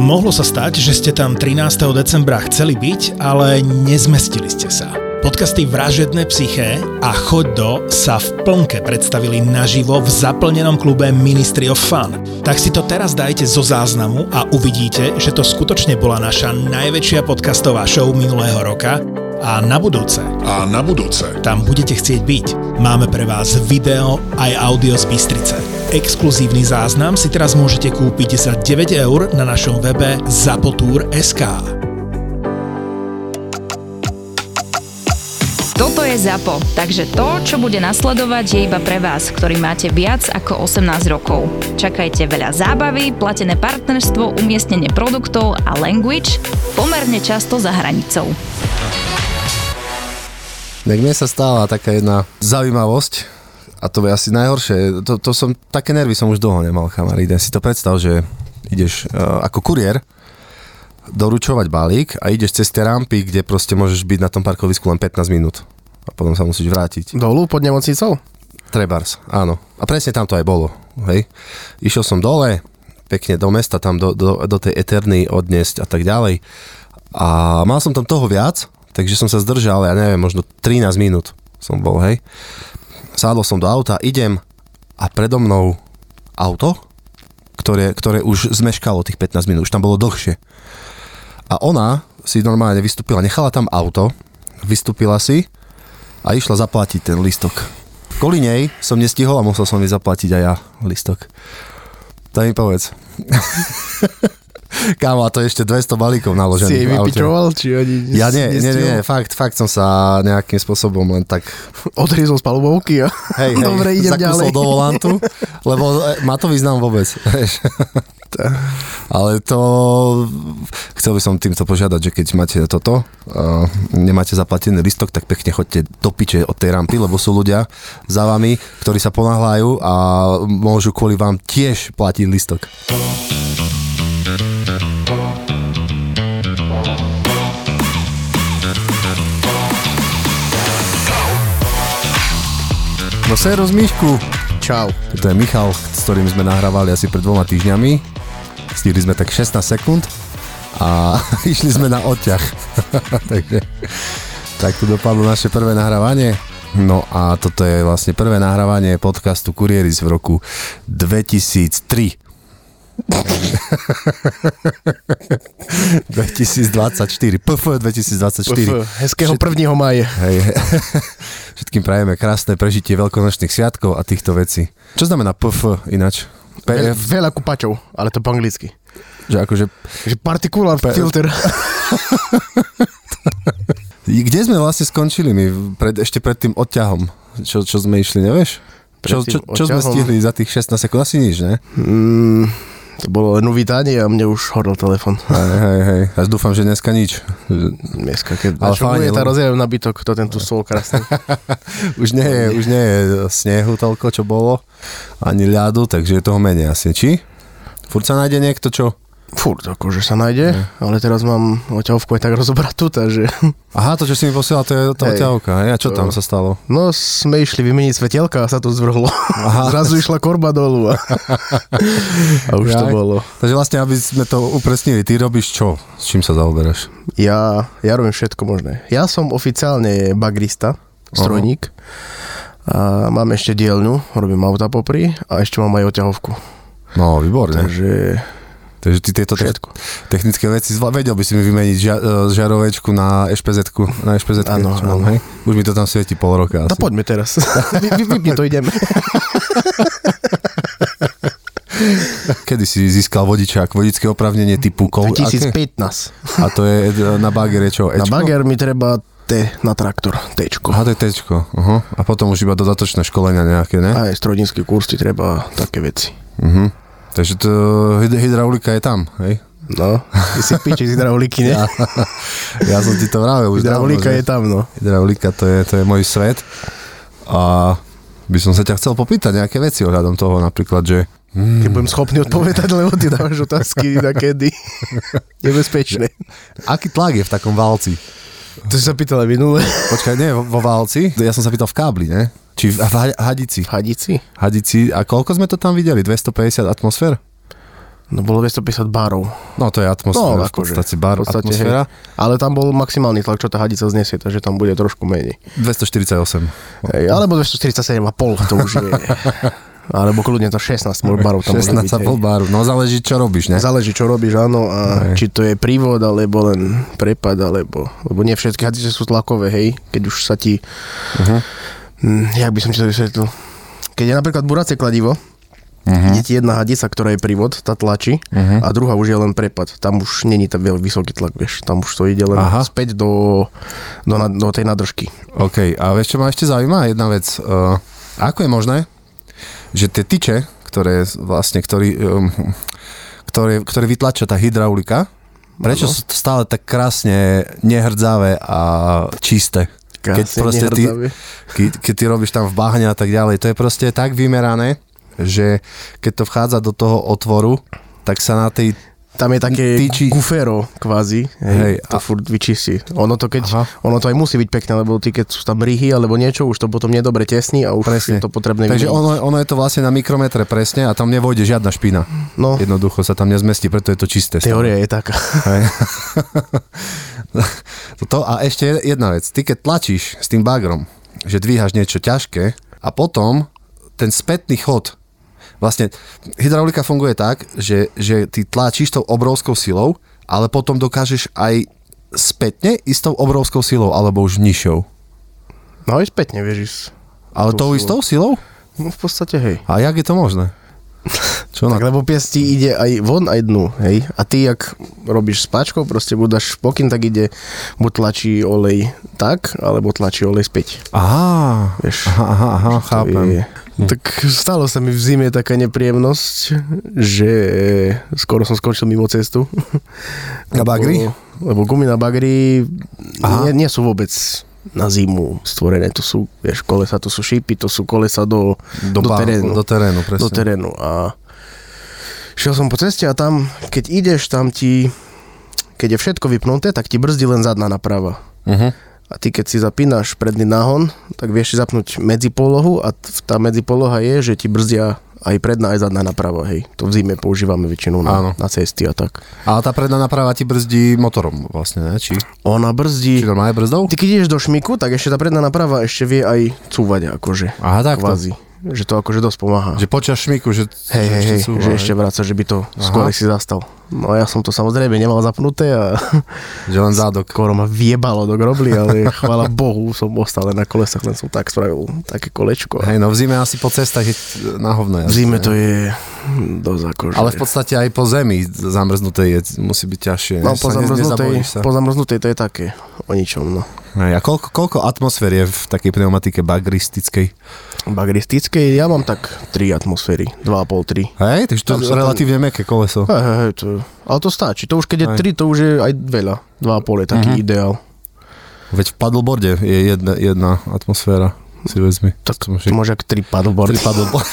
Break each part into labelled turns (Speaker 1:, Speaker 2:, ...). Speaker 1: Mohlo sa stať, že ste tam 13. decembra chceli byť, ale nezmestili ste sa. Podcasty Vražedné psyché a Choď do sa v plnke predstavili naživo v zaplnenom klube Ministry of Fun. Tak si to teraz dajte zo záznamu a uvidíte, že to skutočne bola naša najväčšia podcastová show minulého roka a na budúce
Speaker 2: A na budúce.
Speaker 1: tam budete chcieť byť. Máme pre vás video aj audio z Bystrice. Exkluzívny záznam si teraz môžete kúpiť za 9 eur na našom webe zapotur.sk.
Speaker 3: Toto je ZAPO, takže to, čo bude nasledovať, je iba pre vás, ktorý máte viac ako 18 rokov. Čakajte veľa zábavy, platené partnerstvo, umiestnenie produktov a language pomerne často za hranicou.
Speaker 4: Tak mne sa stála taká jedna zaujímavosť, a to je asi najhoršie, to, to som, také nervy som už dlho nemal, kamaríde. Si to predstav, že ideš uh, ako kuriér doručovať balík a ideš cez tie rampy, kde proste môžeš byť na tom parkovisku len 15 minút a potom sa musíš vrátiť.
Speaker 5: Dolu pod nemocnicou?
Speaker 4: Trebars, áno. A presne tam to aj bolo, hej. Išiel som dole, pekne do mesta, tam do, do, do tej Eterny odniesť a tak ďalej. A mal som tam toho viac, takže som sa zdržal, ja neviem, možno 13 minút som bol, hej. Sádol som do auta, idem a predo mnou auto, ktoré, ktoré už zmeškalo tých 15 minút, už tam bolo dlhšie. A ona si normálne vystúpila, nechala tam auto, vystúpila si a išla zaplatiť ten listok. Kvôli nej som nestihol a musel som jej zaplatiť aj ja listok. Tak mi povedz. Kámo, a to je ešte 200 balíkov naložených.
Speaker 5: Si jej
Speaker 4: v aute.
Speaker 5: vypičoval? Či oni
Speaker 4: Ja nie,
Speaker 5: si
Speaker 4: nie, nie, nie,
Speaker 5: nestihol?
Speaker 4: fakt, fakt som sa nejakým spôsobom len tak,
Speaker 5: Odhryzol z palubovky a
Speaker 4: hej, hej,
Speaker 5: dobre, idem
Speaker 4: zakusol
Speaker 5: ďalej.
Speaker 4: do volantu, lebo e, má to význam vôbec, vieš. Ale to, chcel by som týmto požiadať, že keď máte toto, uh, nemáte zaplatený listok, tak pekne chodte do piče od tej rampy, lebo sú ľudia za vami, ktorí sa ponáhľajú a môžu kvôli vám tiež platiť listok. No séros Mišku,
Speaker 5: Čau.
Speaker 4: to je Michal, s ktorým sme nahrávali asi pred dvoma týždňami. Stihli sme tak 16 sekúnd a išli sme na odťah. Takže tak to dopadlo naše prvé nahrávanie. No a toto je vlastne prvé nahrávanie podcastu Kurieris v roku 2003. 2024, PF 2024.
Speaker 5: F, hezkého 1. maja.
Speaker 4: Hej. Všetkým prajeme krásne prežitie veľkonočných sviatkov a týchto vecí. Čo znamená PF ináč?
Speaker 5: Veľ,
Speaker 4: PF,
Speaker 5: veľa kupačov, ale to po anglicky.
Speaker 4: že akože...
Speaker 5: Takže particulár
Speaker 4: Pe-
Speaker 5: filter.
Speaker 4: Kde sme vlastne skončili my pred, ešte pred tým odťahom? Čo, čo sme išli, nevieš?
Speaker 5: Pred
Speaker 4: Čo,
Speaker 5: tým
Speaker 4: čo, čo sme
Speaker 5: odťahom?
Speaker 4: stihli za tých 16 sekúnd? Asi nič, ne?
Speaker 5: Mm, to bolo len uvítanie a mne už horol telefon.
Speaker 4: Hej, hej, hej. Až dúfam, že dneska nič. Že-
Speaker 5: Dneska, keď
Speaker 4: Ale fajne,
Speaker 5: načumuje tá
Speaker 4: lebo-
Speaker 5: rozjavom nabytok, to tento sol krásny.
Speaker 4: Už nie, je, už nie je snehu toľko, čo bolo. Ani ľadu, takže je toho menej asi. Či? Furt sa nájde niekto, čo?
Speaker 5: Furt akože sa nájde, ale teraz mám oťahovku aj tak rozobratú, takže...
Speaker 4: Aha, to, čo si mi posielal, to je tá
Speaker 5: Hej.
Speaker 4: oťahovka. hej? A čo
Speaker 5: To-
Speaker 4: tam sa stalo?
Speaker 5: No, sme išli vymeniť svetelka a sa to zvrhlo. Aha. Zrazu išla korba dolu a, a už
Speaker 4: Jaj.
Speaker 5: to bolo.
Speaker 4: Takže vlastne, aby sme to upresnili, ty robíš čo? S čím sa zaoberáš?
Speaker 5: Ja, ja robím všetko možné. Ja som oficiálne bagrista, strojník. A mám ešte dielňu, robím auta popri a ešte mám aj oťahovku.
Speaker 4: No, výborne. Takže,
Speaker 5: Takže
Speaker 4: Takže ty tieto te-
Speaker 5: všetko.
Speaker 4: technické veci, zvla- vedel by si mi vymeniť ža- e, žiarovečku na špz na špz
Speaker 5: Áno, áno.
Speaker 4: Už mi to tam svieti pol roka asi.
Speaker 5: No poďme teraz. Vy, vy, vypni to, ideme.
Speaker 4: Kedy si získal vodičák, vodické opravnenie typu kol? aké?
Speaker 5: 2015.
Speaker 4: A to je e, na bagere čo?
Speaker 5: Na
Speaker 4: Ečko?
Speaker 5: bager mi treba T na traktor, Tčko.
Speaker 4: Aha, to je tečko. Aha. A potom už iba dodatočné školenia nejaké, ne?
Speaker 5: Aj strojnícky kurz ti treba také veci.
Speaker 4: Mhm. Takže to, hyd- hydraulika je tam, hej?
Speaker 5: No, ty si piči z hydrauliky, ne?
Speaker 4: Ja som ti to vravel už dávno,
Speaker 5: Hydraulika
Speaker 4: že-
Speaker 5: je tam, no.
Speaker 4: Hydraulika, to je, to je môj svet. A by som sa ťa chcel popýtať nejaké veci ohľadom toho napríklad, že
Speaker 5: Keď budem schopný odpovedať, lebo ty dávaš otázky na kedy. Nebezpečné.
Speaker 4: aký tlak je v takom válci?
Speaker 5: To si sa pýtala minule.
Speaker 4: Počkaj, nie, vo, vo válci? Ja som sa pýtal v kábli, ne? Či v, v ha- hadici.
Speaker 5: V Hadici?
Speaker 4: Hadici, a koľko sme to tam videli? 250 atmosfér?
Speaker 5: No bolo 250 barov. akože.
Speaker 4: No to je atmosféra, no, v podstate bar, v podstate, atmosféra.
Speaker 5: Hej. Ale tam bol maximálny tlak, čo tá hadica znesie, takže tam bude trošku menej.
Speaker 4: 248.
Speaker 5: Hej, alebo 247,5 to už je. Alebo kľudne to 16 barov tam
Speaker 4: 16
Speaker 5: môže byť. hej.
Speaker 4: baru, no záleží čo robíš, ne?
Speaker 5: Záleží, čo robíš, áno, a
Speaker 4: Hej.
Speaker 5: či to je prívod, alebo len prepad, alebo... Lebo nie všetky hadice sú tlakové, hej, keď už sa ti...
Speaker 4: Mhm.
Speaker 5: Mm, jak by som ti to vysvetlil? Keď je napríklad buracie kladivo,
Speaker 4: Mhm.
Speaker 5: je ti jedna hadica, ktorá je prívod, tá tlačí,
Speaker 4: Mhm.
Speaker 5: a druhá už je len prepad. Tam už není tam veľ- vysoký tlak, vieš. Tam už to ide len
Speaker 4: Aha.
Speaker 5: Aha. späť do, do, na- do tej nadržky.
Speaker 4: OK, a vieš, čo ma ešte zaujíma? Jedna vec. Uh, ako je možné, že tie tyče, ktoré vlastne, ktorý, um, ktoré, ktoré vytlača tá hydraulika, prečo sú stále tak krásne nehrdzave a čisté? Keď proste ty-
Speaker 5: nehrdzavé.
Speaker 4: Ke, keď ty robíš tam v bahne a tak ďalej, to je proste tak vymerané, že keď to vchádza do toho otvoru, tak sa na tej...
Speaker 5: Tam je také
Speaker 4: tyčí.
Speaker 5: gufero kvázi,
Speaker 4: Hej,
Speaker 5: hej, to
Speaker 4: a-
Speaker 5: furt vyčistí. Ono to, keď,
Speaker 4: Aha.
Speaker 5: ono to aj musí byť pekné, lebo ty keď sú tam ryhy alebo niečo, už to potom nedobre tesní a už
Speaker 4: Presne.
Speaker 5: Presne. je to potrebné
Speaker 4: Takže
Speaker 5: vymeniť.
Speaker 4: ono, ono je to vlastne na mikrometre presne a tam nevojde žiadna špina.
Speaker 5: No,
Speaker 4: Jednoducho sa tam nezmestí, preto je to čisté. stále.
Speaker 5: teória je taká.
Speaker 4: Hej. Toto a ešte jedna vec. Ty keď tlačíš s tým bagrom, že dvíhaš niečo ťažké a potom ten spätný chod, vlastne hydraulika funguje tak, že, že ty tlačíš tou obrovskou silou, ale potom dokážeš aj spätne ísť tou obrovskou silou, alebo už nižšou.
Speaker 5: No aj spätne, vieš, ísť.
Speaker 4: Ale tou
Speaker 5: Tou
Speaker 4: istou silou?
Speaker 5: No v podstate, hej.
Speaker 4: A jak je to možné? Čo
Speaker 5: Tak
Speaker 4: na...
Speaker 5: lebo pies ti ide aj von, aj dnu, hej. A ty, ak robíš s páčkou, proste budáš pokyn, tak ide, buď tlačí olej tak, alebo tlačí olej späť.
Speaker 4: Aha,
Speaker 5: Vieš,
Speaker 4: aha, aha, aha chápem. No.
Speaker 5: Je. Tak stalo sa mi v zime taká nepríjemnosť, že skoro som skončil mimo cestu.
Speaker 4: Na bagri?
Speaker 5: Lebo, lebo gumy na bagri
Speaker 4: Aha.
Speaker 5: nie, nie sú vôbec na zimu stvorené. To sú, vieš, kolesa, to sú šípy, to sú kolesa do, do,
Speaker 4: ba-
Speaker 5: terénu.
Speaker 4: Do terénu, presne.
Speaker 5: do terénu. A šiel som po ceste a tam, keď ideš, tam ti, keď je všetko vypnuté, tak ti brzdí len zadná naprava.
Speaker 4: Uh-huh.
Speaker 5: A ty keď si zapínaš predný náhon, tak vieš si zapnúť medzipolohu a t- tá medzipoloha je, že ti brzdia aj predná, aj zadná naprava, hej. To v zime používame väčšinou
Speaker 4: Áno.
Speaker 5: na, na cesty a tak.
Speaker 4: Ale tá predná naprava ti brzdí motorom vlastne, ne? Či,
Speaker 5: Ona
Speaker 4: či
Speaker 5: brzdí...
Speaker 4: normálne brzdou?
Speaker 5: Ty keď ideš do šmiku, tak ešte tá predná naprava ešte vie aj cúvať akože.
Speaker 4: Aha, tak to,
Speaker 5: Kvázi. Že to akože dosť pomáha.
Speaker 4: že počas šmiku, že...
Speaker 5: Hej,
Speaker 4: že
Speaker 5: hej, hej,
Speaker 4: sú,
Speaker 5: že
Speaker 4: hej.
Speaker 5: ešte vráca, že by to skôr si zastal. No a ja som to samozrejme nemal zapnuté a
Speaker 4: Že len zádok.
Speaker 5: skoro ma viebalo do grobly, ale chvála Bohu som ostal len na kolesách, len som tak spravil také kolečko.
Speaker 4: Hej, no v zime asi po cestách je t- na hovno.
Speaker 5: V
Speaker 4: jasné.
Speaker 5: zime to je dosť akože...
Speaker 4: Ale v podstate aj po zemi zamrznuté je, musí byť ťažšie.
Speaker 5: No,
Speaker 4: že
Speaker 5: po
Speaker 4: sa ne-
Speaker 5: zamrznutej,
Speaker 4: nezabojíš sa.
Speaker 5: po zamrznutej to je také o ničom, no.
Speaker 4: Hej, a koľko, koľko atmosfér je v takej pneumatike bagristickej?
Speaker 5: Bagristickej, ja mám tak 3 atmosféry, 2,5, 3.
Speaker 4: Hej, takže to
Speaker 5: Tam
Speaker 4: je
Speaker 5: sa tam-
Speaker 4: relatívne meké koleso.
Speaker 5: Hej, hej, hej, to, ale to stačí, to už keď je
Speaker 4: Hej.
Speaker 5: 3, to už je aj veľa. 2,5 je taký
Speaker 4: Mhm.
Speaker 5: ideál.
Speaker 4: Veď v paddleboarde je jedna, jedna atmosféra. Si vezmi.
Speaker 5: Tak
Speaker 4: Som
Speaker 5: To
Speaker 4: však-
Speaker 5: môže ak 3 paddleboard.
Speaker 4: Tri paddleboardy.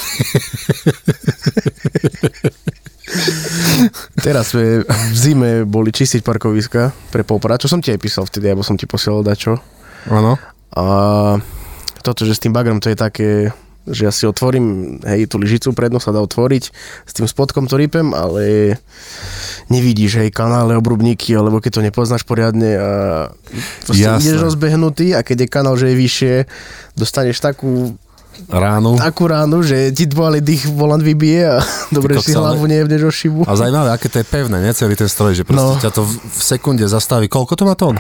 Speaker 5: Teraz sme v zime boli čistiť parkoviska pre popra, čo som ti aj písal vtedy, alebo som ti posielal dačo.
Speaker 4: Áno.
Speaker 5: A toto, že s tým bagrom to je také, že ja si otvorím, hej, tú lyžicu prednú sa dá otvoriť, s tým spodkom to rýpem, ale nevidíš, hej, kanále, obrubníky, alebo keď to nepoznáš poriadne a proste
Speaker 4: Jasné.
Speaker 5: ideš rozbehnutý a keď je kanál, že je vyššie, dostaneš takú,
Speaker 4: Ránu.
Speaker 5: takú ránu, no, že ti dvoj, ale dých volant vybije a dobre
Speaker 4: kokos,
Speaker 5: si
Speaker 4: ale-
Speaker 5: hlavu nejebneš o šibu.
Speaker 4: A zaujímavé, aké to je pevné, ne, celý ten stroj, že proste no.
Speaker 5: No.
Speaker 4: ťa to v, v sekunde zastaví. Koľko to má tón?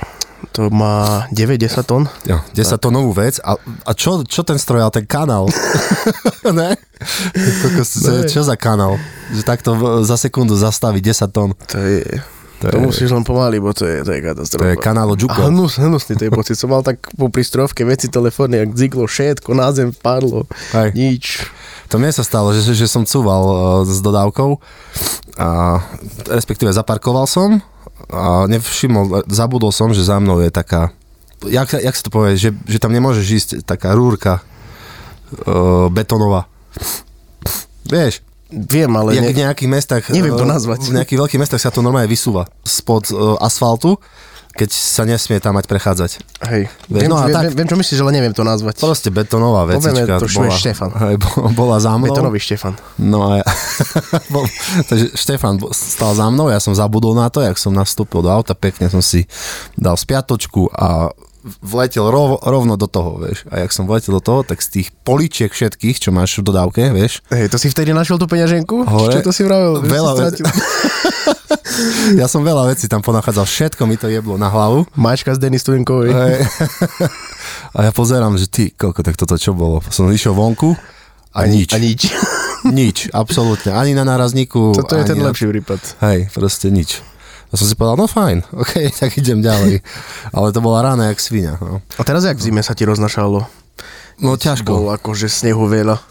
Speaker 5: To má 9-10 tón.
Speaker 4: Jo, 10 tónovú vec. A, a čo, čo ten stroj, ale ten kanál? ne? Koľko, ne? Čo za kanál? Že takto v, za sekundu zastaví 10 tón.
Speaker 5: To je...
Speaker 4: To
Speaker 5: To, to
Speaker 4: je-
Speaker 5: musíš len pomaly, bo to je,
Speaker 4: To
Speaker 5: to je
Speaker 4: je
Speaker 5: katastrofa.
Speaker 4: kanálo
Speaker 5: a
Speaker 4: Džuko.
Speaker 5: hnus, hnusný to je pocit. Som mal tak po prístrojovke veci telefónne, jak dziklo všetko, na zem padlo,
Speaker 4: Hej.
Speaker 5: nič.
Speaker 4: To mne sa stalo, že, že som cúval uh, s dodávkou, a, respektíve zaparkoval som a nevšimol, zabudol som, že za mnou je taká, jak, jak sa to povie, že, že tam nemôžeš ísť, taká rúrka uh, betonová. Vieš,
Speaker 5: Viem, ale
Speaker 4: jak v
Speaker 5: ne,
Speaker 4: nejakých mestách,
Speaker 5: neviem
Speaker 4: eh,
Speaker 5: to nazvať.
Speaker 4: v nejakých veľkých mestách sa to normálne vysúva spod uh, e, asfaltu keď sa nesmie tam mať prechádzať.
Speaker 5: Hej.
Speaker 4: Vieš,
Speaker 5: Viem,
Speaker 4: no a
Speaker 5: no viem,
Speaker 4: tak-
Speaker 5: viem, viem, čo myslíš, ale neviem to nazvať.
Speaker 4: Proste betonová
Speaker 5: Povieme
Speaker 4: vecička.
Speaker 5: to, Švej Štefan.
Speaker 4: Hej, bo- bola za mnou.
Speaker 5: Betonový Štefan.
Speaker 4: No a ja, bol, takže Štefan bol- stal za mnou, ja som zabudol na to, jak som nastúpil do auta, pekne som si dal spiatočku a vletel rov, rovno do toho, vieš. A jak som vletel do toho, tak z tých poličiek všetkých, čo máš v dodávke, vieš,
Speaker 5: Hej, to si vtedy našiel tú peňaženku?
Speaker 4: Hore.
Speaker 5: Čo to si vravil? Že
Speaker 4: Veľa
Speaker 5: si stratil?
Speaker 4: ja som veľa vecí tam ponachádzal, všetko mi to jeblo na hlavu.
Speaker 5: Mačka s Denis Turinkovej.
Speaker 4: Hej. A ja pozerám, že ty, koľko, tak toto čo bolo? Som išiel vonku a nič.
Speaker 5: A nič.
Speaker 4: Nič, absolútne. Ani na nárazníku.
Speaker 5: Toto je
Speaker 4: ani
Speaker 5: ten
Speaker 4: na-
Speaker 5: lepší prípad.
Speaker 4: Hej, proste nič. Ja som si povedal, no fajn, ok, tak idem ďalej. Ale to bola rána jak svinia. No,
Speaker 5: A teraz jak v zime sa ti roznašalo?
Speaker 4: no ťažko.
Speaker 5: Bolo akože snehu veľa.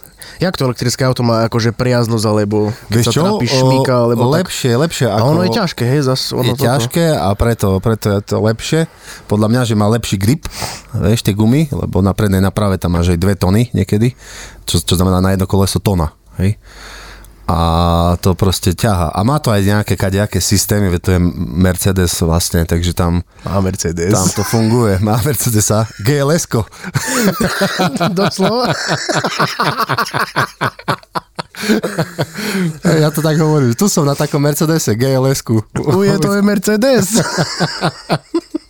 Speaker 5: Jak to elektrické auto má akože priaznosť, alebo keď
Speaker 4: Vieš
Speaker 5: sa
Speaker 4: čo?
Speaker 5: trápiš
Speaker 4: O,
Speaker 5: šmíka, alebo tak.
Speaker 4: lepšie, lepšie. Ako...
Speaker 5: A ono je ťažké, hej, zas ono
Speaker 4: je
Speaker 5: toto.
Speaker 4: ťažké a preto, preto je to lepšie. Podľa mňa, že má lepší grip, vieš, tie gumy, lebo na prednej naprave tam máš aj dve tony niekedy, čo, čo znamená na jedno koleso tona, hej. A to proste ťaha. A má to aj nejaké kadejaké systémy, veď to je Mercedes vlastne, takže tam,
Speaker 5: Má Mercedes.
Speaker 4: tam to funguje. Má Mercedesa GLS-ko.
Speaker 5: Doslova.
Speaker 4: Ja to tak hovorím, že tu som na takom Mercedese GLS-ku.
Speaker 5: Uje, to je Mercedes.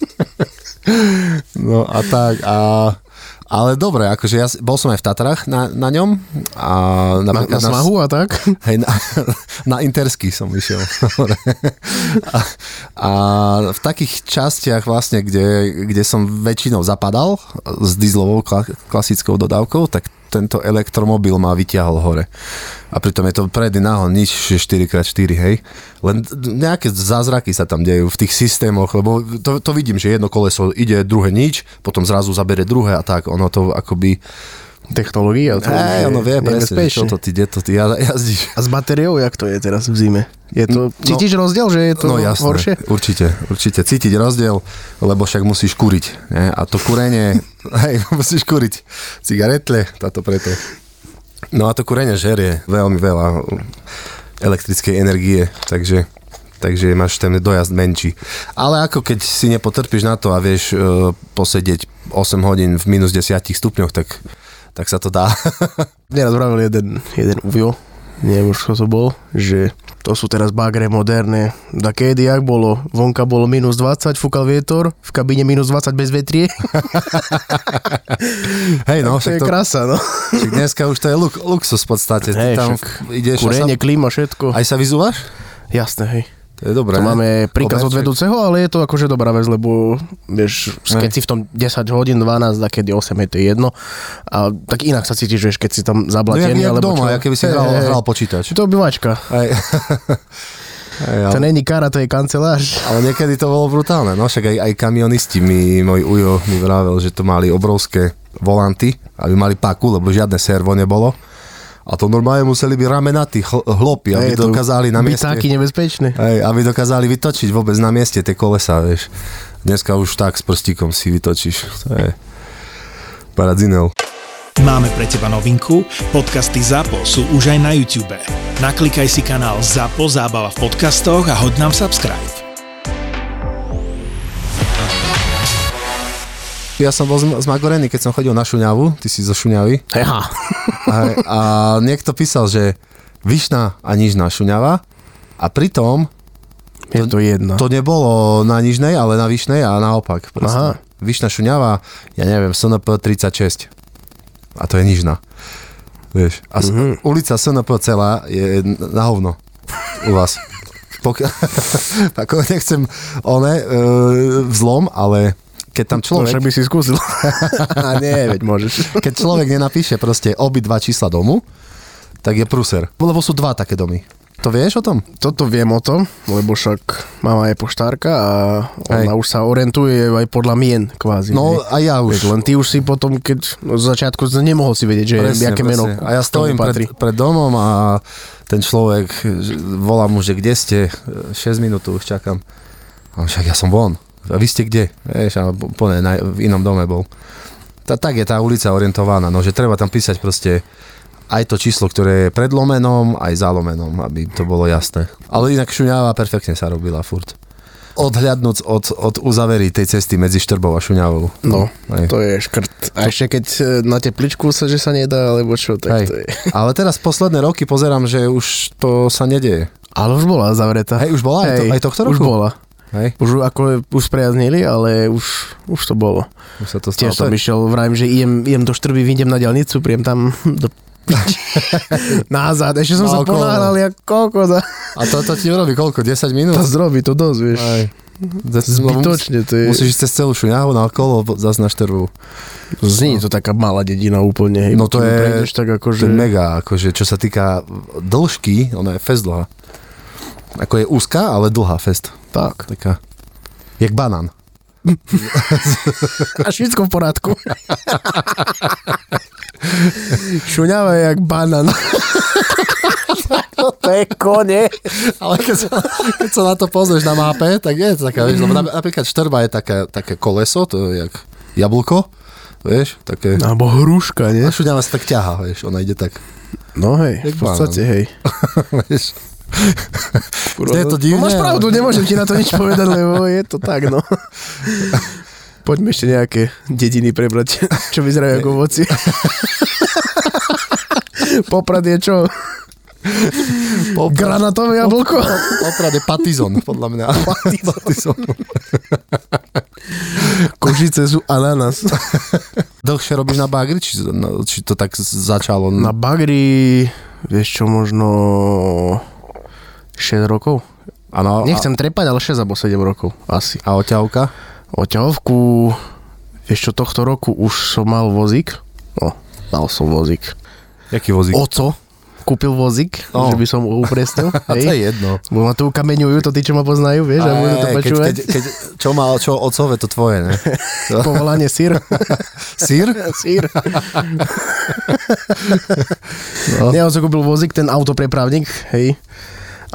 Speaker 4: No a tak, a, ale dobre, akože ja s- bol som aj v Tatrach na, na ňom. A
Speaker 5: Na,
Speaker 4: napríklad
Speaker 5: na smahu a tak.
Speaker 4: Hej, na, na Intersky som išiel. a, a v takých častiach vlastne, kde, kde som väčšinou zapadal s dieslovou kla- klasickou dodávkou, tak tento elektromobil ma vyťahol hore. A pritom je to predný náhon nič, že 4x4, hej. Len d- nejaké zázraky sa tam dejú v tých systémoch, lebo to, to vidím, že jedno koleso ide, druhé nič, potom zrazu zabere druhé a tak. Ono to akoby...
Speaker 5: Technológia. to
Speaker 4: Hej,
Speaker 5: je
Speaker 4: ono vie presne, že
Speaker 5: nebezpečné.
Speaker 4: čo to ty, kde to ty ja, jazdíš.
Speaker 5: A s batériou, jak to je teraz v zime? Je to,
Speaker 4: No-
Speaker 5: cítiš rozdiel, že je to
Speaker 4: no, jasné,
Speaker 5: horšie?
Speaker 4: Určite, určite. Cítiť rozdiel, lebo však musíš kuriť. Ne? A to kurenie, hej, musíš kuriť. Cigaretle, táto preto. No a to kurenie žerie veľmi veľa elektrickej energie, takže takže máš ten dojazd menší. Ale ako keď si nepotrpíš na to a vieš e, posedieť 8 hodín v minus 10 stupňoch, tak, tak sa to dá.
Speaker 5: Neraz vravil jeden, jeden ujo, neviem už, kto to bol, že to sú teraz bagre moderné. Da kedy, jak bolo, vonka bolo minus 20, fúkal vietor, v kabíne minus 20 bez vetrie.
Speaker 4: Hej, no,
Speaker 5: to
Speaker 4: však
Speaker 5: je
Speaker 4: to,
Speaker 5: krása, no.
Speaker 4: však dneska už to je lux, luxus v podstate. Ty
Speaker 5: Hej,
Speaker 4: tam
Speaker 5: však
Speaker 4: ideš a
Speaker 5: Kurenie,
Speaker 4: sa,
Speaker 5: klíma, všetko.
Speaker 4: aj sa vyzúvaš?
Speaker 5: Jasné, hej.
Speaker 4: To je dobré.
Speaker 5: To
Speaker 4: ne?
Speaker 5: máme príkaz od
Speaker 4: Koberček.
Speaker 5: vedúceho, ale je to akože dobrá vec, lebo vieš, keď si v tom 10 hodín, 12, a keď je 8, je to jedno. A tak inak sa cítiš, vieš, keď si
Speaker 4: No
Speaker 5: tam
Speaker 4: jak,
Speaker 5: zablatený.
Speaker 4: jak
Speaker 5: alebo
Speaker 4: doma,
Speaker 5: čo.
Speaker 4: ja keby si
Speaker 5: Hej,
Speaker 4: hral,
Speaker 5: hej, hej.
Speaker 4: hral počítač.
Speaker 5: To je obývačka.
Speaker 4: Aj, aj,
Speaker 5: To
Speaker 4: ale,
Speaker 5: není kara, to je kancelář.
Speaker 4: ale niekedy to bolo brutálne. No však aj, aj kamionisti mi, môj ujo mi vravel, že to mali obrovské volanty, aby mali paku, lebo žiadne servo nebolo. A to normálne museli byť ramenatí chl- hlopi, aby
Speaker 5: Hej, to
Speaker 4: dokázali na mieste.
Speaker 5: Bytáky nebezpečné.
Speaker 4: Hej, aby dokázali vytočiť vôbec na mieste tie kolesa, vieš. Dneska už tak s prstíkom si vytočíš. To je paradzinel.
Speaker 1: Máme pre teba novinku, podcasty ZAPO sú už aj na YouTube. Naklikaj si kanál ZAPO Zábava v podcastoch a hod nám subscribe.
Speaker 4: Ja som bol z, z Magoreny, keď som chodil na Šuňavu, ty si zo Šuňavy.
Speaker 5: Eha.
Speaker 4: A, a niekto písal, že Vyšná a Nižná Šuňava a pritom
Speaker 5: Je to jedno.
Speaker 4: to nebolo na Nižnej, ale na Vyšnej a naopak. Proste.
Speaker 5: Aha.
Speaker 4: Vyšná Šuňava, ja neviem, SNP 36 a to je Nižná. Vieš, a mm-hmm. ulica SNP celá je na hovno u vás. Pokiaľ, ako nechcem one e, vzlom, ale keď tam
Speaker 5: No,
Speaker 4: človek...
Speaker 5: však by si skúsil. A nie, veď môžeš.
Speaker 4: keď človek nenapíše proste obidva čísla domu, tak je pruser. Lebo sú dva také domy. To vieš o tom?
Speaker 5: Toto viem o tom, lebo však mama je poštárka a
Speaker 4: Hej.
Speaker 5: ona už sa orientuje aj podľa mien kvázi.
Speaker 4: No
Speaker 5: hej.
Speaker 4: a ja
Speaker 5: Vieš,
Speaker 4: už.
Speaker 5: len ty už si potom, keď no, z začiatku si nemohol si vedieť, že presne, aké meno
Speaker 4: A ja
Speaker 5: k tomu
Speaker 4: stojím
Speaker 5: patrí.
Speaker 4: pred, pred domom a ten človek, že- volá mu, že kde ste, 6 minút tu už čakám. A on, však ja som von. A vy ste kde? Vieš, a po- po, ne, na, v inom dome bol. Tá, tak je tá ulica orientovaná, no, že treba tam písať proste aj to číslo, ktoré je pred lomenom, aj za lomenom, aby to bolo jasné. Ale inak šuňáva perfektne sa robila furt. odhľadnúc od, od uzaverí tej cesty medzi Štrbou a Šuňavou.
Speaker 5: No,
Speaker 4: Hm, Hej.
Speaker 5: to je škrt. A ešte keď e, na tepličku sa, že sa nedá, alebo čo, tak
Speaker 4: Hej.
Speaker 5: to je.
Speaker 4: Ale teraz posledné roky pozerám, že už to sa nedeje.
Speaker 5: Ale už bola zavretá.
Speaker 4: Hej, už bola? Aj to- aj tohto
Speaker 5: Už
Speaker 4: roku?
Speaker 5: bola.
Speaker 4: Hej,
Speaker 5: Už ako už spriaznili, ale už, už to bolo.
Speaker 4: už sa to stalo.
Speaker 5: Tiež som
Speaker 4: To je-
Speaker 5: išiel, vrajím, že idem, idem do Štrby, vyjdem na diálnicu, príjem tam do piči. Nazad, ešte som sa
Speaker 4: Naokolo.
Speaker 5: ponáhľal, ja koľko za...
Speaker 4: a to, to ti urobí koľko? 10 minút?
Speaker 5: To zrobí to dosť, vieš.
Speaker 4: Aj.
Speaker 5: Zbytočne to je.
Speaker 4: Musíš ísť cez celú šuňahu na okolo, zase na štrbu.
Speaker 5: Znie to taká malá dedina úplne, hej.
Speaker 4: No to
Speaker 5: Keď
Speaker 4: je-
Speaker 5: prejdeš tak
Speaker 4: To
Speaker 5: akože...
Speaker 4: je mega, akože čo sa týka dĺžky, ona je fest dlhá. Ako je úzka, ale dlhá fest.
Speaker 5: Tak.
Speaker 4: Taká, jak banán.
Speaker 5: A všetko v porádku. Šuňava je jak banán. to je kone.
Speaker 4: Ale keď sa, keď sa na to pozrieš na mape, tak je to taká, vieš, lebo na- napríklad štrba je taká, také koleso, to je jak jablko, vieš, také... No.
Speaker 5: Alebo hruška,
Speaker 4: A
Speaker 5: nie?
Speaker 4: šuňava sa tak ťahá, vieš, ona ide tak,
Speaker 5: No hej,
Speaker 4: Jak
Speaker 5: v podstate
Speaker 4: banán.
Speaker 5: hej.
Speaker 4: vieš. Kurva, je to divné.
Speaker 5: No máš
Speaker 4: ale-
Speaker 5: pravdu, nemôžem ti na to nič povedať, lebo je to tak, no. Poďme ešte nejaké dediny prebrať, čo vyzerajú ako ovoci. Poprad je čo?
Speaker 4: Poprad,
Speaker 5: Granatové jablko?
Speaker 4: poprad je patizon, podľa mňa. patizon.
Speaker 5: Košice sú ananas.
Speaker 4: Dlhšie robíš na bagri, či, no, či to tak začalo?
Speaker 5: Na bagri, vieš čo, možno 6 rokov.
Speaker 4: ano,
Speaker 5: Nechcem trepať, ale 6 alebo 7 rokov asi.
Speaker 4: A, a oťavka?
Speaker 5: Oťahovku, vieš čo, tohto roku už som mal vozík. No, mal som vozík.
Speaker 4: Jaký vozík?
Speaker 5: Oco kúpil vozík,
Speaker 4: No.
Speaker 5: že by som upresnil.
Speaker 4: a to je jedno.
Speaker 5: Bo ma tu ukameňujú, to tí, čo ma poznajú, vieš, a budú to
Speaker 4: Aj, e, keď,
Speaker 5: počúvať.
Speaker 4: keď, keď, čo má, čo ocové, to tvoje, ne?
Speaker 5: Povolanie sír.
Speaker 4: Sír?
Speaker 5: sír.
Speaker 4: No.
Speaker 5: Ja on sa kúpil vozík, ten autoprepravník, hej.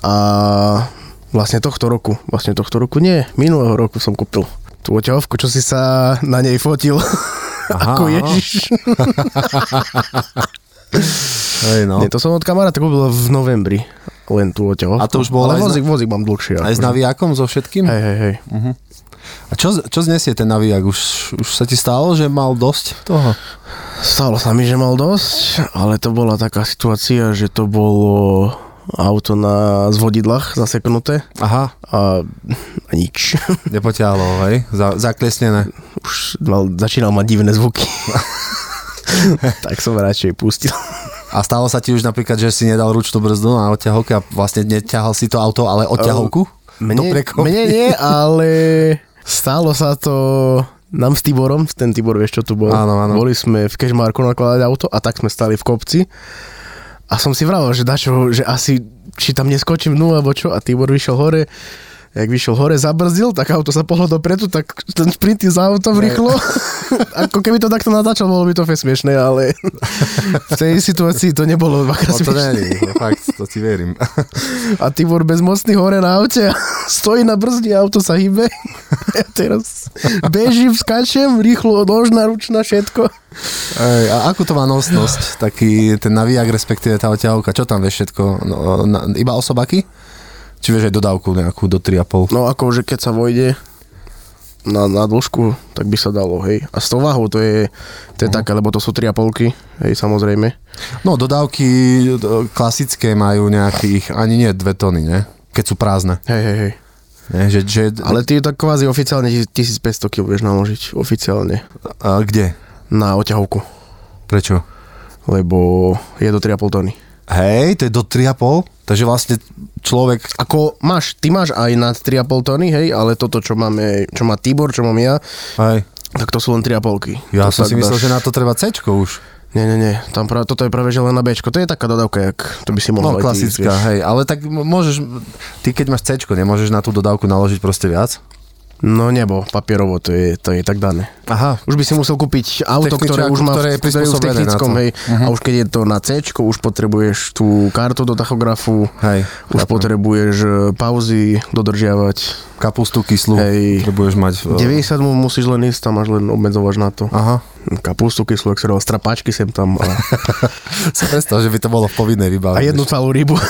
Speaker 5: A vlastne tohto roku, vlastne tohto roku nie, minulého roku som kúpil tú oťahovku, čo si sa na nej fotil.
Speaker 4: Aha,
Speaker 5: Ako
Speaker 4: aha.
Speaker 5: Ježiš.
Speaker 4: Hej, no.
Speaker 5: Nie, to som od kamaráta kúpil v novembri, len tú oťahovku.
Speaker 4: A to už bolo aj
Speaker 5: Ale
Speaker 4: s-
Speaker 5: vozík, vozík mám dlhšie.
Speaker 4: Aj s
Speaker 5: akože.
Speaker 4: navijakom, so všetkým?
Speaker 5: Hej, hej, hej.
Speaker 4: A čo, čo znesie ten navijak? Už, už sa ti stalo, že mal dosť toho?
Speaker 5: Stalo sa mi, že mal dosť, ale to bola taká situácia, že to bolo auto na zvodidlách zaseknuté
Speaker 4: Aha,
Speaker 5: a, a nič.
Speaker 4: nepoťahlo, hej? Za, zaklesnené.
Speaker 5: Už mal, začínal mať divné zvuky. tak som radšej pustil.
Speaker 4: A stalo sa ti už napríklad, že si nedal ručnú brzdu na oťahovke a vlastne neťahal si to auto, ale oťahovku? Do
Speaker 5: Ehm, Mne,
Speaker 4: prekopy?
Speaker 5: mne nie, ale stalo sa to nám s Tiborom, ten Tibor vieš čo tu bol.
Speaker 4: Áno, áno.
Speaker 5: Boli sme v Kešmarku nakladať auto a tak sme stali v kopci. A som si vravel, že dačo, že asi či tam neskočím dnu alebo čo a Tibor vyšiel hore jak vyšiel hore, zabrzdil, tak auto sa pohlo dopredu, tak ten sprint za autom rýchlo. Ako keby to takto natáčal, bolo by to fakt smiešné, ale v tej situácii to
Speaker 4: No
Speaker 5: nebolo dvakrát
Speaker 4: to
Speaker 5: smiešné.
Speaker 4: není, fakt, to ti verím.
Speaker 5: A Tibor bezmocný hore na aute a stojí na brzdi a auto sa hýbe. Ja teraz bežím, skačem, rýchlo, nožná, ručná, všetko.
Speaker 4: Ej, a akú to má nosnosť, taký ten navijak, respektíve tá oťahovka, čo tam vieš všetko? No, na, iba osobaky? Či vieš aj dodávku nejakú do 3,5?
Speaker 5: No akože keď sa vojde na, na dĺžku, tak by sa dalo, hej. A s tou váhou to je, to je uh-huh. také, lebo to sú 3,5, hej, samozrejme.
Speaker 4: No, dodávky e, klasické majú nejakých, ani nie dve tony, ne? Keď sú prázdne.
Speaker 5: Hej, hej, hej.
Speaker 4: Ne? Že, že,
Speaker 5: Ale ty tak kvázi oficiálne 1500 kg vieš naložiť, oficiálne,
Speaker 4: a, kde?
Speaker 5: na oťahovku,
Speaker 4: Prečo?
Speaker 5: lebo je do 3,5 tony.
Speaker 4: Hej, to je do 3,5? Takže vlastne človek...
Speaker 5: Ako máš, ty máš aj nad 3,5 tony, hej, ale toto, čo, máme, čo má Tibor, čo mám ja,
Speaker 4: Hej,
Speaker 5: tak to sú len 3,5.
Speaker 4: ja
Speaker 5: to
Speaker 4: som
Speaker 5: tak
Speaker 4: si myslel,
Speaker 5: dáš-
Speaker 4: že na to treba C už.
Speaker 5: Nie, nie, nie, tam pra... toto je práve že len na Bčko, to je taká dodávka, jak to by si
Speaker 4: No,
Speaker 5: mohol... aj ty ísť,
Speaker 4: klasická,
Speaker 5: vieš.
Speaker 4: hej. Ale tak m- môžeš... Ty keď máš C, nemôžeš na tú dodávku naložiť proste viac?
Speaker 5: No nebo, papierovo, to je, to je tak dané.
Speaker 4: Aha,
Speaker 5: Už by si musel kúpiť auto,
Speaker 4: Techničáku,
Speaker 5: ktoré už má
Speaker 4: ktoré je
Speaker 5: v, ktoré je v
Speaker 4: prispôsobené na
Speaker 5: technickom,
Speaker 4: to. Mhm.
Speaker 5: hej. Uh-huh. A už keď je to na C, už potrebuješ tú kartu do tachografu,
Speaker 4: Hej,
Speaker 5: už
Speaker 4: chápem.
Speaker 5: potrebuješ e, pauzy dodržiavať.
Speaker 4: kapustu kyslú
Speaker 5: Hej.
Speaker 4: potrebuješ mať. e,
Speaker 5: 90 mu musíš len ísť, tam až len obmedzovaš na to.
Speaker 4: Aha,
Speaker 5: kapustu kyslú, ak sa dal strapáčky sem tam a,
Speaker 4: Si predstav, že by to bolo v povinnej výbave.
Speaker 5: a jednu celú rybu.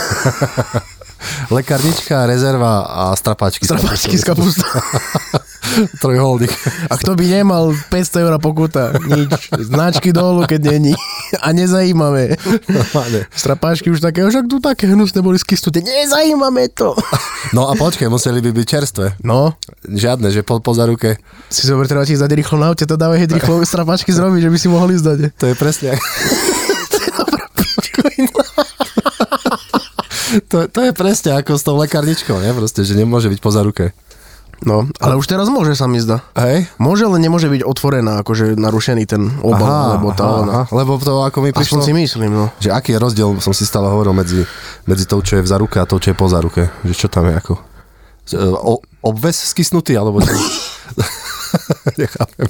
Speaker 4: Lekárnička, rezerva a strapáčky.
Speaker 5: strapáčky s kapustou.
Speaker 4: Trojholník.
Speaker 5: A kto by nemal 500 eur pokuta? Nič. Značky dolu, keď není. A nezajímavé.
Speaker 4: Normálne.
Speaker 5: Strapáčky už také, však tu také hnusné boli skysnuté. Nezajímavé to.
Speaker 4: No a počkaj, museli by byť čerstvé.
Speaker 5: No,
Speaker 4: Žiadne, že po, po za ruke.
Speaker 5: si zober, treba ti zdať rýchlo na aute, to dávaj hneď rýchlo strapáčky zrobiť, že by si mohol ísť dať.
Speaker 4: To je presne. to, to je presne ako s tou lekárničkou, ne? Proste, že nemôže byť poza ruke.
Speaker 5: No, ale už teraz môže sa mi zdá.
Speaker 4: Hej?
Speaker 5: Môže, ale nemôže byť otvorená, akože narušený ten obal, aha, alebo tá aha, ona.
Speaker 4: lebo to ako mi
Speaker 5: Aspoň
Speaker 4: prišlo,
Speaker 5: si myslím, no.
Speaker 4: že aký je rozdiel, som si stále hovoril, medzi, medzi tou, čo je v za ruke a tou, čo je poza ruke. Že čo tam je ako? Z- e, O, obves skysnutý, alebo čo? Nechápem.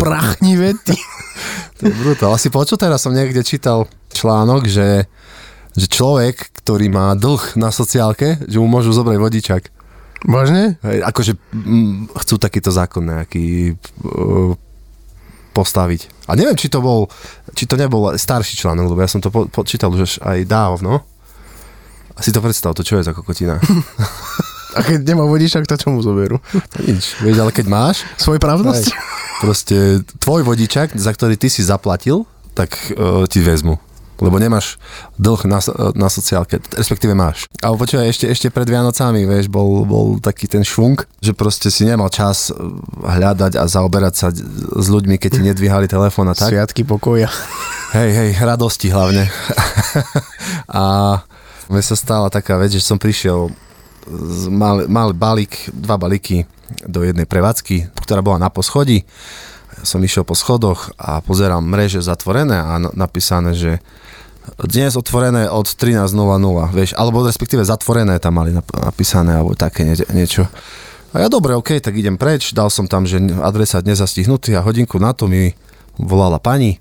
Speaker 5: Prachnivé, ty.
Speaker 4: To je brutál. Asi počul teraz som niekde čítal článok, že, že človek, ktorý má dlh na sociálke, že mu môžu zobrať vodičak.
Speaker 5: Vážne?
Speaker 4: Hej, akože m, chcú takýto zákon nejaký uh, postaviť. A neviem, či to bol, či to nebol starší článok, lebo ja som to po, počítal už až aj dávno. A si to predstav, to čo je za kokotina.
Speaker 5: A keď nemá vodičak, to čo mu zoberú?
Speaker 4: Nič. Vieš, ale keď máš,
Speaker 5: Svoj pravdnosť?
Speaker 4: Hej. proste tvoj vodičak, za ktorý ty si zaplatil, tak uh, ti vezmu. Lebo nemáš dlh na, so- eh, na sociálke, respektíve máš. A počúvaj, ešte, ešte pred Vianocami, vieš, bol, bol taký ten švunk, že proste si nemal čas eh, hľadať a zaoberať sa d- s ľuďmi, keď ti nedvíhali telefón a tak.
Speaker 5: Sviatky pokoja.
Speaker 4: Hej, hej, radosti hlavne. a mne sa stala taká vec, že som prišiel z- mal, mal balík, dva balíky do jednej prevádzky, ktorá bola na poschodí. Som išiel po schodoch a pozerám mreže zatvorené a na- napísané, že dnes otvorené od 13.00, vieš, alebo respektíve zatvorené tam mali nap- napísané, alebo také nie, niečo. A ja dobre, OK, tak idem preč, dal som tam, že adresa dnes zastihnutý a hodinku na to mi volala pani,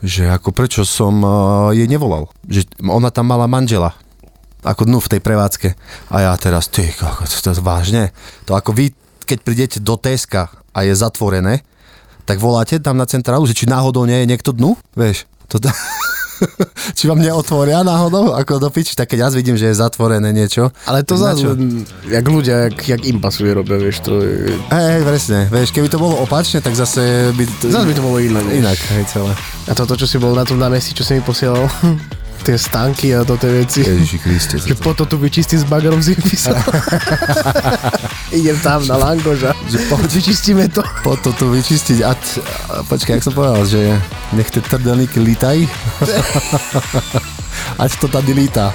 Speaker 4: že ako prečo som eh, jej nevolal, že ona tam mala manžela, ako dnu v tej prevádzke. A ja teraz, ty, ako, to, to, to vážne. To ako vy, keď prídete do Teska a je zatvorené, tak voláte tam na centrálu, že či náhodou nie je niekto dnu, vieš. To, či vám neotvoria náhodou, ako do piči, tak keď ja vidím, že je zatvorené niečo.
Speaker 5: Ale
Speaker 4: tak
Speaker 5: to
Speaker 4: na
Speaker 5: zase,
Speaker 4: čo?
Speaker 5: jak ľudia, jak, jak im pasuje robia, vieš, to je...
Speaker 4: Hej, hej, presne, vieš, keby to bolo opačne, tak zase by... To...
Speaker 5: Zase by to bolo iné. vieš.
Speaker 4: Inak, hej, celé.
Speaker 5: A toto, čo si bol na tom námestí, čo si mi posielal, tie stanky a to tie veci.
Speaker 4: Ježiši Kriste.
Speaker 5: Že po to tu vyčistím s bagrom si písal. Idem tam na Langoža.
Speaker 4: Že poď.
Speaker 5: Vyčistíme to.
Speaker 4: po to tu vyčistiť a, t- a počkaj, jak som povedal, že nech tie trdelníky lítaj. Ať to tady lítá.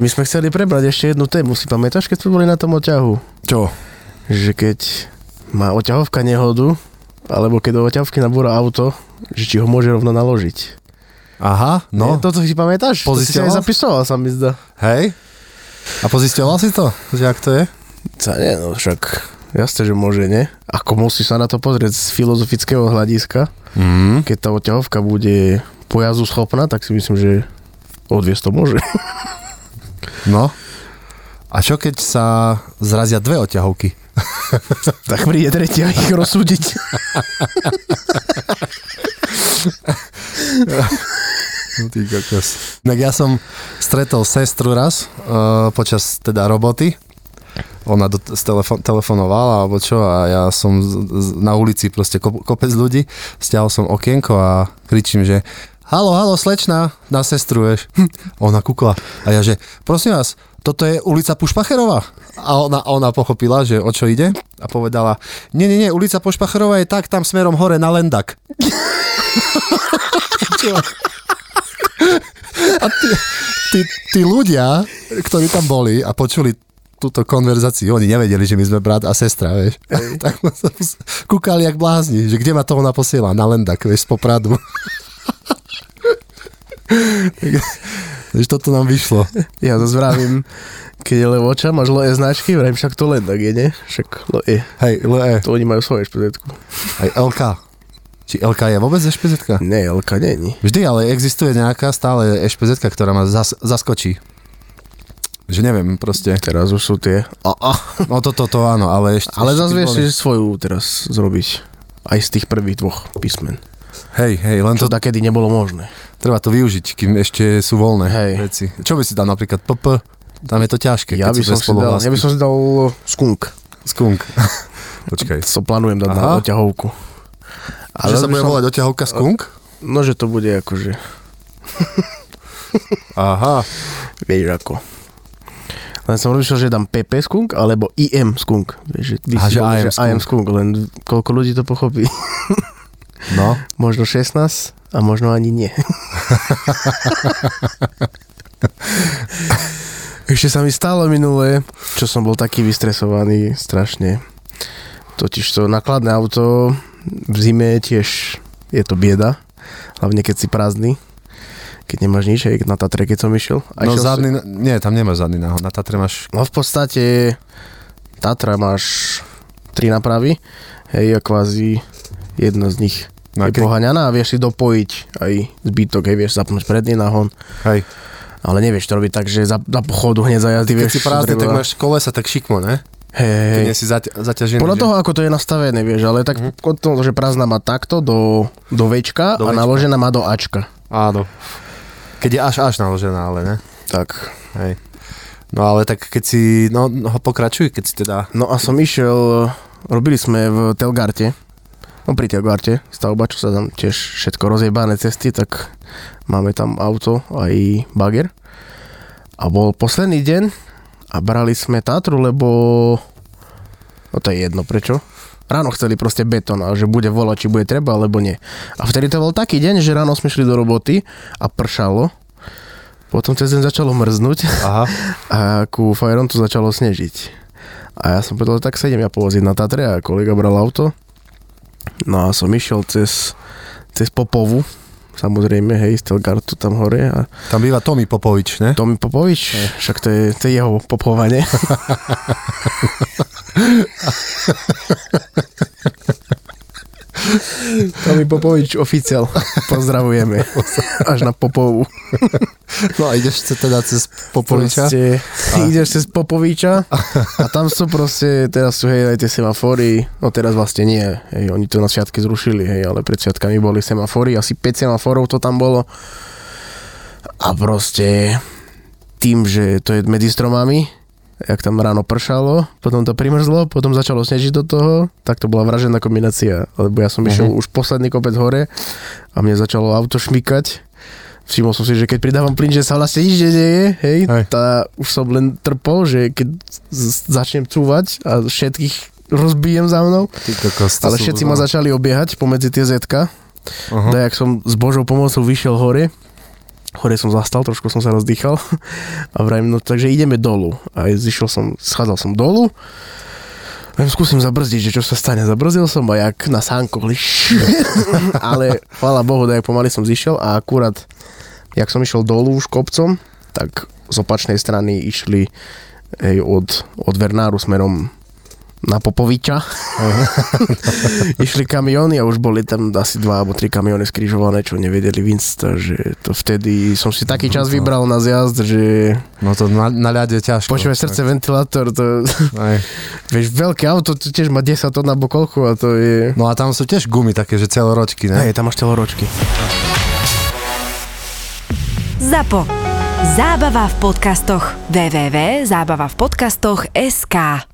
Speaker 5: My sme chceli prebrať ešte jednu tému, si pamätáš, keď sme boli na tom oťahu?
Speaker 4: Čo?
Speaker 5: Že keď má oťahovka nehodu, alebo keď do oťahovky nabúra auto, že či ho môže rovno naložiť.
Speaker 4: Aha, no,
Speaker 5: Nie, toto si pamätáš? To si si
Speaker 4: Pozisťoval?
Speaker 5: aj zapisoval, sa mi zdá.
Speaker 4: hej. A pozisťoval si to, že ak to je?
Speaker 5: Sa nie, no však jasne, že môže, nie? Ako musí sa na to pozrieť z filozofického hľadiska.
Speaker 4: Mm.
Speaker 5: Keď tá oťahovka bude pojazdu schopná, tak si myslím, že odviesť to môže.
Speaker 4: No. A čo keď sa zrazia dve oťahovky?
Speaker 5: tak príde tretia ich rozsúdiť.
Speaker 4: No Ty kokos. Tak ja som stretol sestru raz uh, počas teda roboty. Ona do, s telefon, telefonovala alebo čo a ja som z, z, na ulici proste kop, kopec ľudí. Stiahol som okienko a kričím, že halo, halo, slečna, na sestru, vieš. Hm. Ona kúkla a ja, že prosím vás, toto je ulica Pušpacherová. A ona, ona pochopila, že o čo ide a povedala, nie, nie, nie, ulica Pušpacherová je tak, tam smerom hore na Lendak. A tí, tí, tí ľudia, ktorí tam boli a počuli túto konverzáciu, oni nevedeli, že my sme brat a sestra, vieš. tak sa kúkali jak blázni, že kde ma to ona posiela, na Lendak, vieš, z Popradu. Tak- Takže toto nám vyšlo.
Speaker 5: Ja zase vravím, keď je levoča, máš loe značky, vravím, však to len tak je, ne? Však loe.
Speaker 4: Hej, E, LE,
Speaker 5: To oni majú svoje špezetku.
Speaker 4: aj LK. Či LK je vôbec špz
Speaker 5: Nie, LK není.
Speaker 4: Vždy, ale existuje nejaká stále špz ktorá ma zas, zaskočí. Že neviem, proste.
Speaker 5: Teraz už sú tie. A, a.
Speaker 4: No toto, to, to áno, ale ešte... ešte
Speaker 5: Ale zase
Speaker 4: tí
Speaker 5: vieš
Speaker 4: boli.
Speaker 5: že svoju teraz zrobiť. Aj z tých prvých dvoch písmen.
Speaker 4: Hej, hej, len to
Speaker 5: Čo takedy nebolo možné.
Speaker 4: Treba to využiť, kým ešte sú voľné
Speaker 5: Hej.
Speaker 4: veci. Čo by si dal napríklad PP? Tam je to ťažké, keď
Speaker 5: Ja by,
Speaker 4: sú
Speaker 5: som
Speaker 4: bez
Speaker 5: si dal, ja by som si dal skunk.
Speaker 4: Skunk. Počkaj.
Speaker 5: To plánujem dať
Speaker 4: Aha.
Speaker 5: na oťahovku.
Speaker 4: Ale že sa
Speaker 5: zase by
Speaker 4: bude
Speaker 5: som-
Speaker 4: volať oťahovka skunk?
Speaker 5: No, že to bude akože,
Speaker 4: Aha.
Speaker 5: vieš ako. Len som rozmýšľal, že dám PP skunk, alebo IM skunk. Vieš, že, ty
Speaker 4: Aha,
Speaker 5: si
Speaker 4: že
Speaker 5: bol,
Speaker 4: IM skunk.
Speaker 5: IM skunk, len koľko ľudí to pochopí.
Speaker 4: No.
Speaker 5: Možno 16 a možno ani nie. Ešte sa mi stalo minulé, čo som bol taký vystresovaný strašne. Totiž to nakladné auto v zime tiež je to bieda, hlavne keď si prázdny, keď nemáš nič, aj na Tatre, keď som išiel. A
Speaker 4: No
Speaker 5: išiel som-
Speaker 4: zadný, nie, tam nemáš zadný náhod. Na Tatre máš...
Speaker 5: No v podstate Tatra máš tri napravy, hej, a kvázi jedna z nich
Speaker 4: No a
Speaker 5: je
Speaker 4: keď-
Speaker 5: poháňaná a vieš si dopojiť aj zbytok, hej, vieš zapnúť predný nahon,
Speaker 4: Hej.
Speaker 5: ale nevieš to robiť tak, že za, za pochodu hneď za jazdy,
Speaker 4: Keď
Speaker 5: vieš,
Speaker 4: si prázdny,
Speaker 5: treba-
Speaker 4: tak máš kolesa tak šikmo, ne?
Speaker 5: hej, hej,
Speaker 4: Keď nie
Speaker 5: hej.
Speaker 4: si zaťa- zaťažený.
Speaker 5: Podľa
Speaker 4: že-
Speaker 5: toho, ako to je nastavené, vieš, ale tak mm-hmm. od toho, že prázdna má takto do, do Včka
Speaker 4: Do
Speaker 5: a
Speaker 4: Včka.
Speaker 5: naložená má do Ačka.
Speaker 4: Áno. Keď je až až naložená, ale ne?
Speaker 5: Tak.
Speaker 4: Hej. No ale tak keď si... No, no pokračuj, keď si teda...
Speaker 5: No a som išiel, robili sme v Telgarte, no pri Telgarte, stavba, čo sa tam tiež všetko rozjebané cesty, tak máme tam auto aj bager. A bol posledný deň a brali sme Tatru, lebo... No to je jedno, prečo? Ráno chceli proste betón a že bude volať, či bude treba, alebo nie. A vtedy to bol taký deň, že ráno sme šli do roboty a pršalo. Potom cez deň začalo mrznúť
Speaker 4: Aha.
Speaker 5: a ku Fajrontu začalo snežiť. A ja som povedal, tak sedem ja povoziť na Tatre a kolega bral auto. No a som išiel cez, cez Popovu, samozrejme, hej, z Telgartu tam hore a
Speaker 4: Tam býva Tomi Popovič, ne?
Speaker 5: Tomi Popovič, však to je, to je jeho popovanie. Tomi Popovič, oficiál, pozdravujeme, až na Popovu.
Speaker 4: No a ideš sa teda cez Popoviča?
Speaker 5: Proste, ideš cez Popoviča a tam sú proste, teraz sú hej aj tie semafory, no teraz vlastne nie, hej, oni to na sviatky zrušili, hej, ale pred sviatkami boli semafory, asi 5 semaforov to tam bolo a proste tým, že to je medzi stromami, jak tam ráno pršalo, potom to primrzlo, potom začalo snežiť do toho, tak to bola vražená kombinácia, lebo ja som išiel už posledný kopec hore a mne začalo auto šmykať. Všimol som si, že keď pridávam plyn, že sa vlastne nič nedeje, hej,
Speaker 4: Hej.
Speaker 5: hej. Tá, už som len trpol, že keď z- začnem cúvať a všetkých rozbijem za mnou,
Speaker 4: Ty kokos, to
Speaker 5: ale
Speaker 4: sú no.
Speaker 5: všetci
Speaker 4: brutálne.
Speaker 5: ma začali obiehať pomedzi tie zetka,
Speaker 4: Aha.
Speaker 5: tak jak som s Božou pomocou vyšiel hore, hore som zastal, trošku som sa rozdýchal a vrajím, no takže ideme dolu. A zišiel som, schádzal som dolu, Viem, skúsim zabrzdiť, že čo sa stane. Zabrzdil som a jak na sánko, liš. ale chvála Bohu, tak pomaly som zišiel a akurát, jak som išiel dolu už kopcom, tak z opačnej strany išli hej, od, od Vernáru smerom na Popoviča. Išli kamióny a už boli tam asi dva alebo tri kamióny skrižované, čo nevedeli vinc, takže to vtedy som si taký čas vybral na zjazd, že
Speaker 4: No to na, na ľade je ťažko.
Speaker 5: počúvaj srdce, ventilátor, to,
Speaker 4: Aj.
Speaker 5: vieš, veľké auto, to tiež má 10 tón na bokolku a to je...
Speaker 4: No a tam sú tiež gumy také, že celoročky, ne?
Speaker 5: No, Hej, tam máš teloročky.
Speaker 2: ZAPO. Zábava v podcastoch. www.zabavavpodcastoch.sk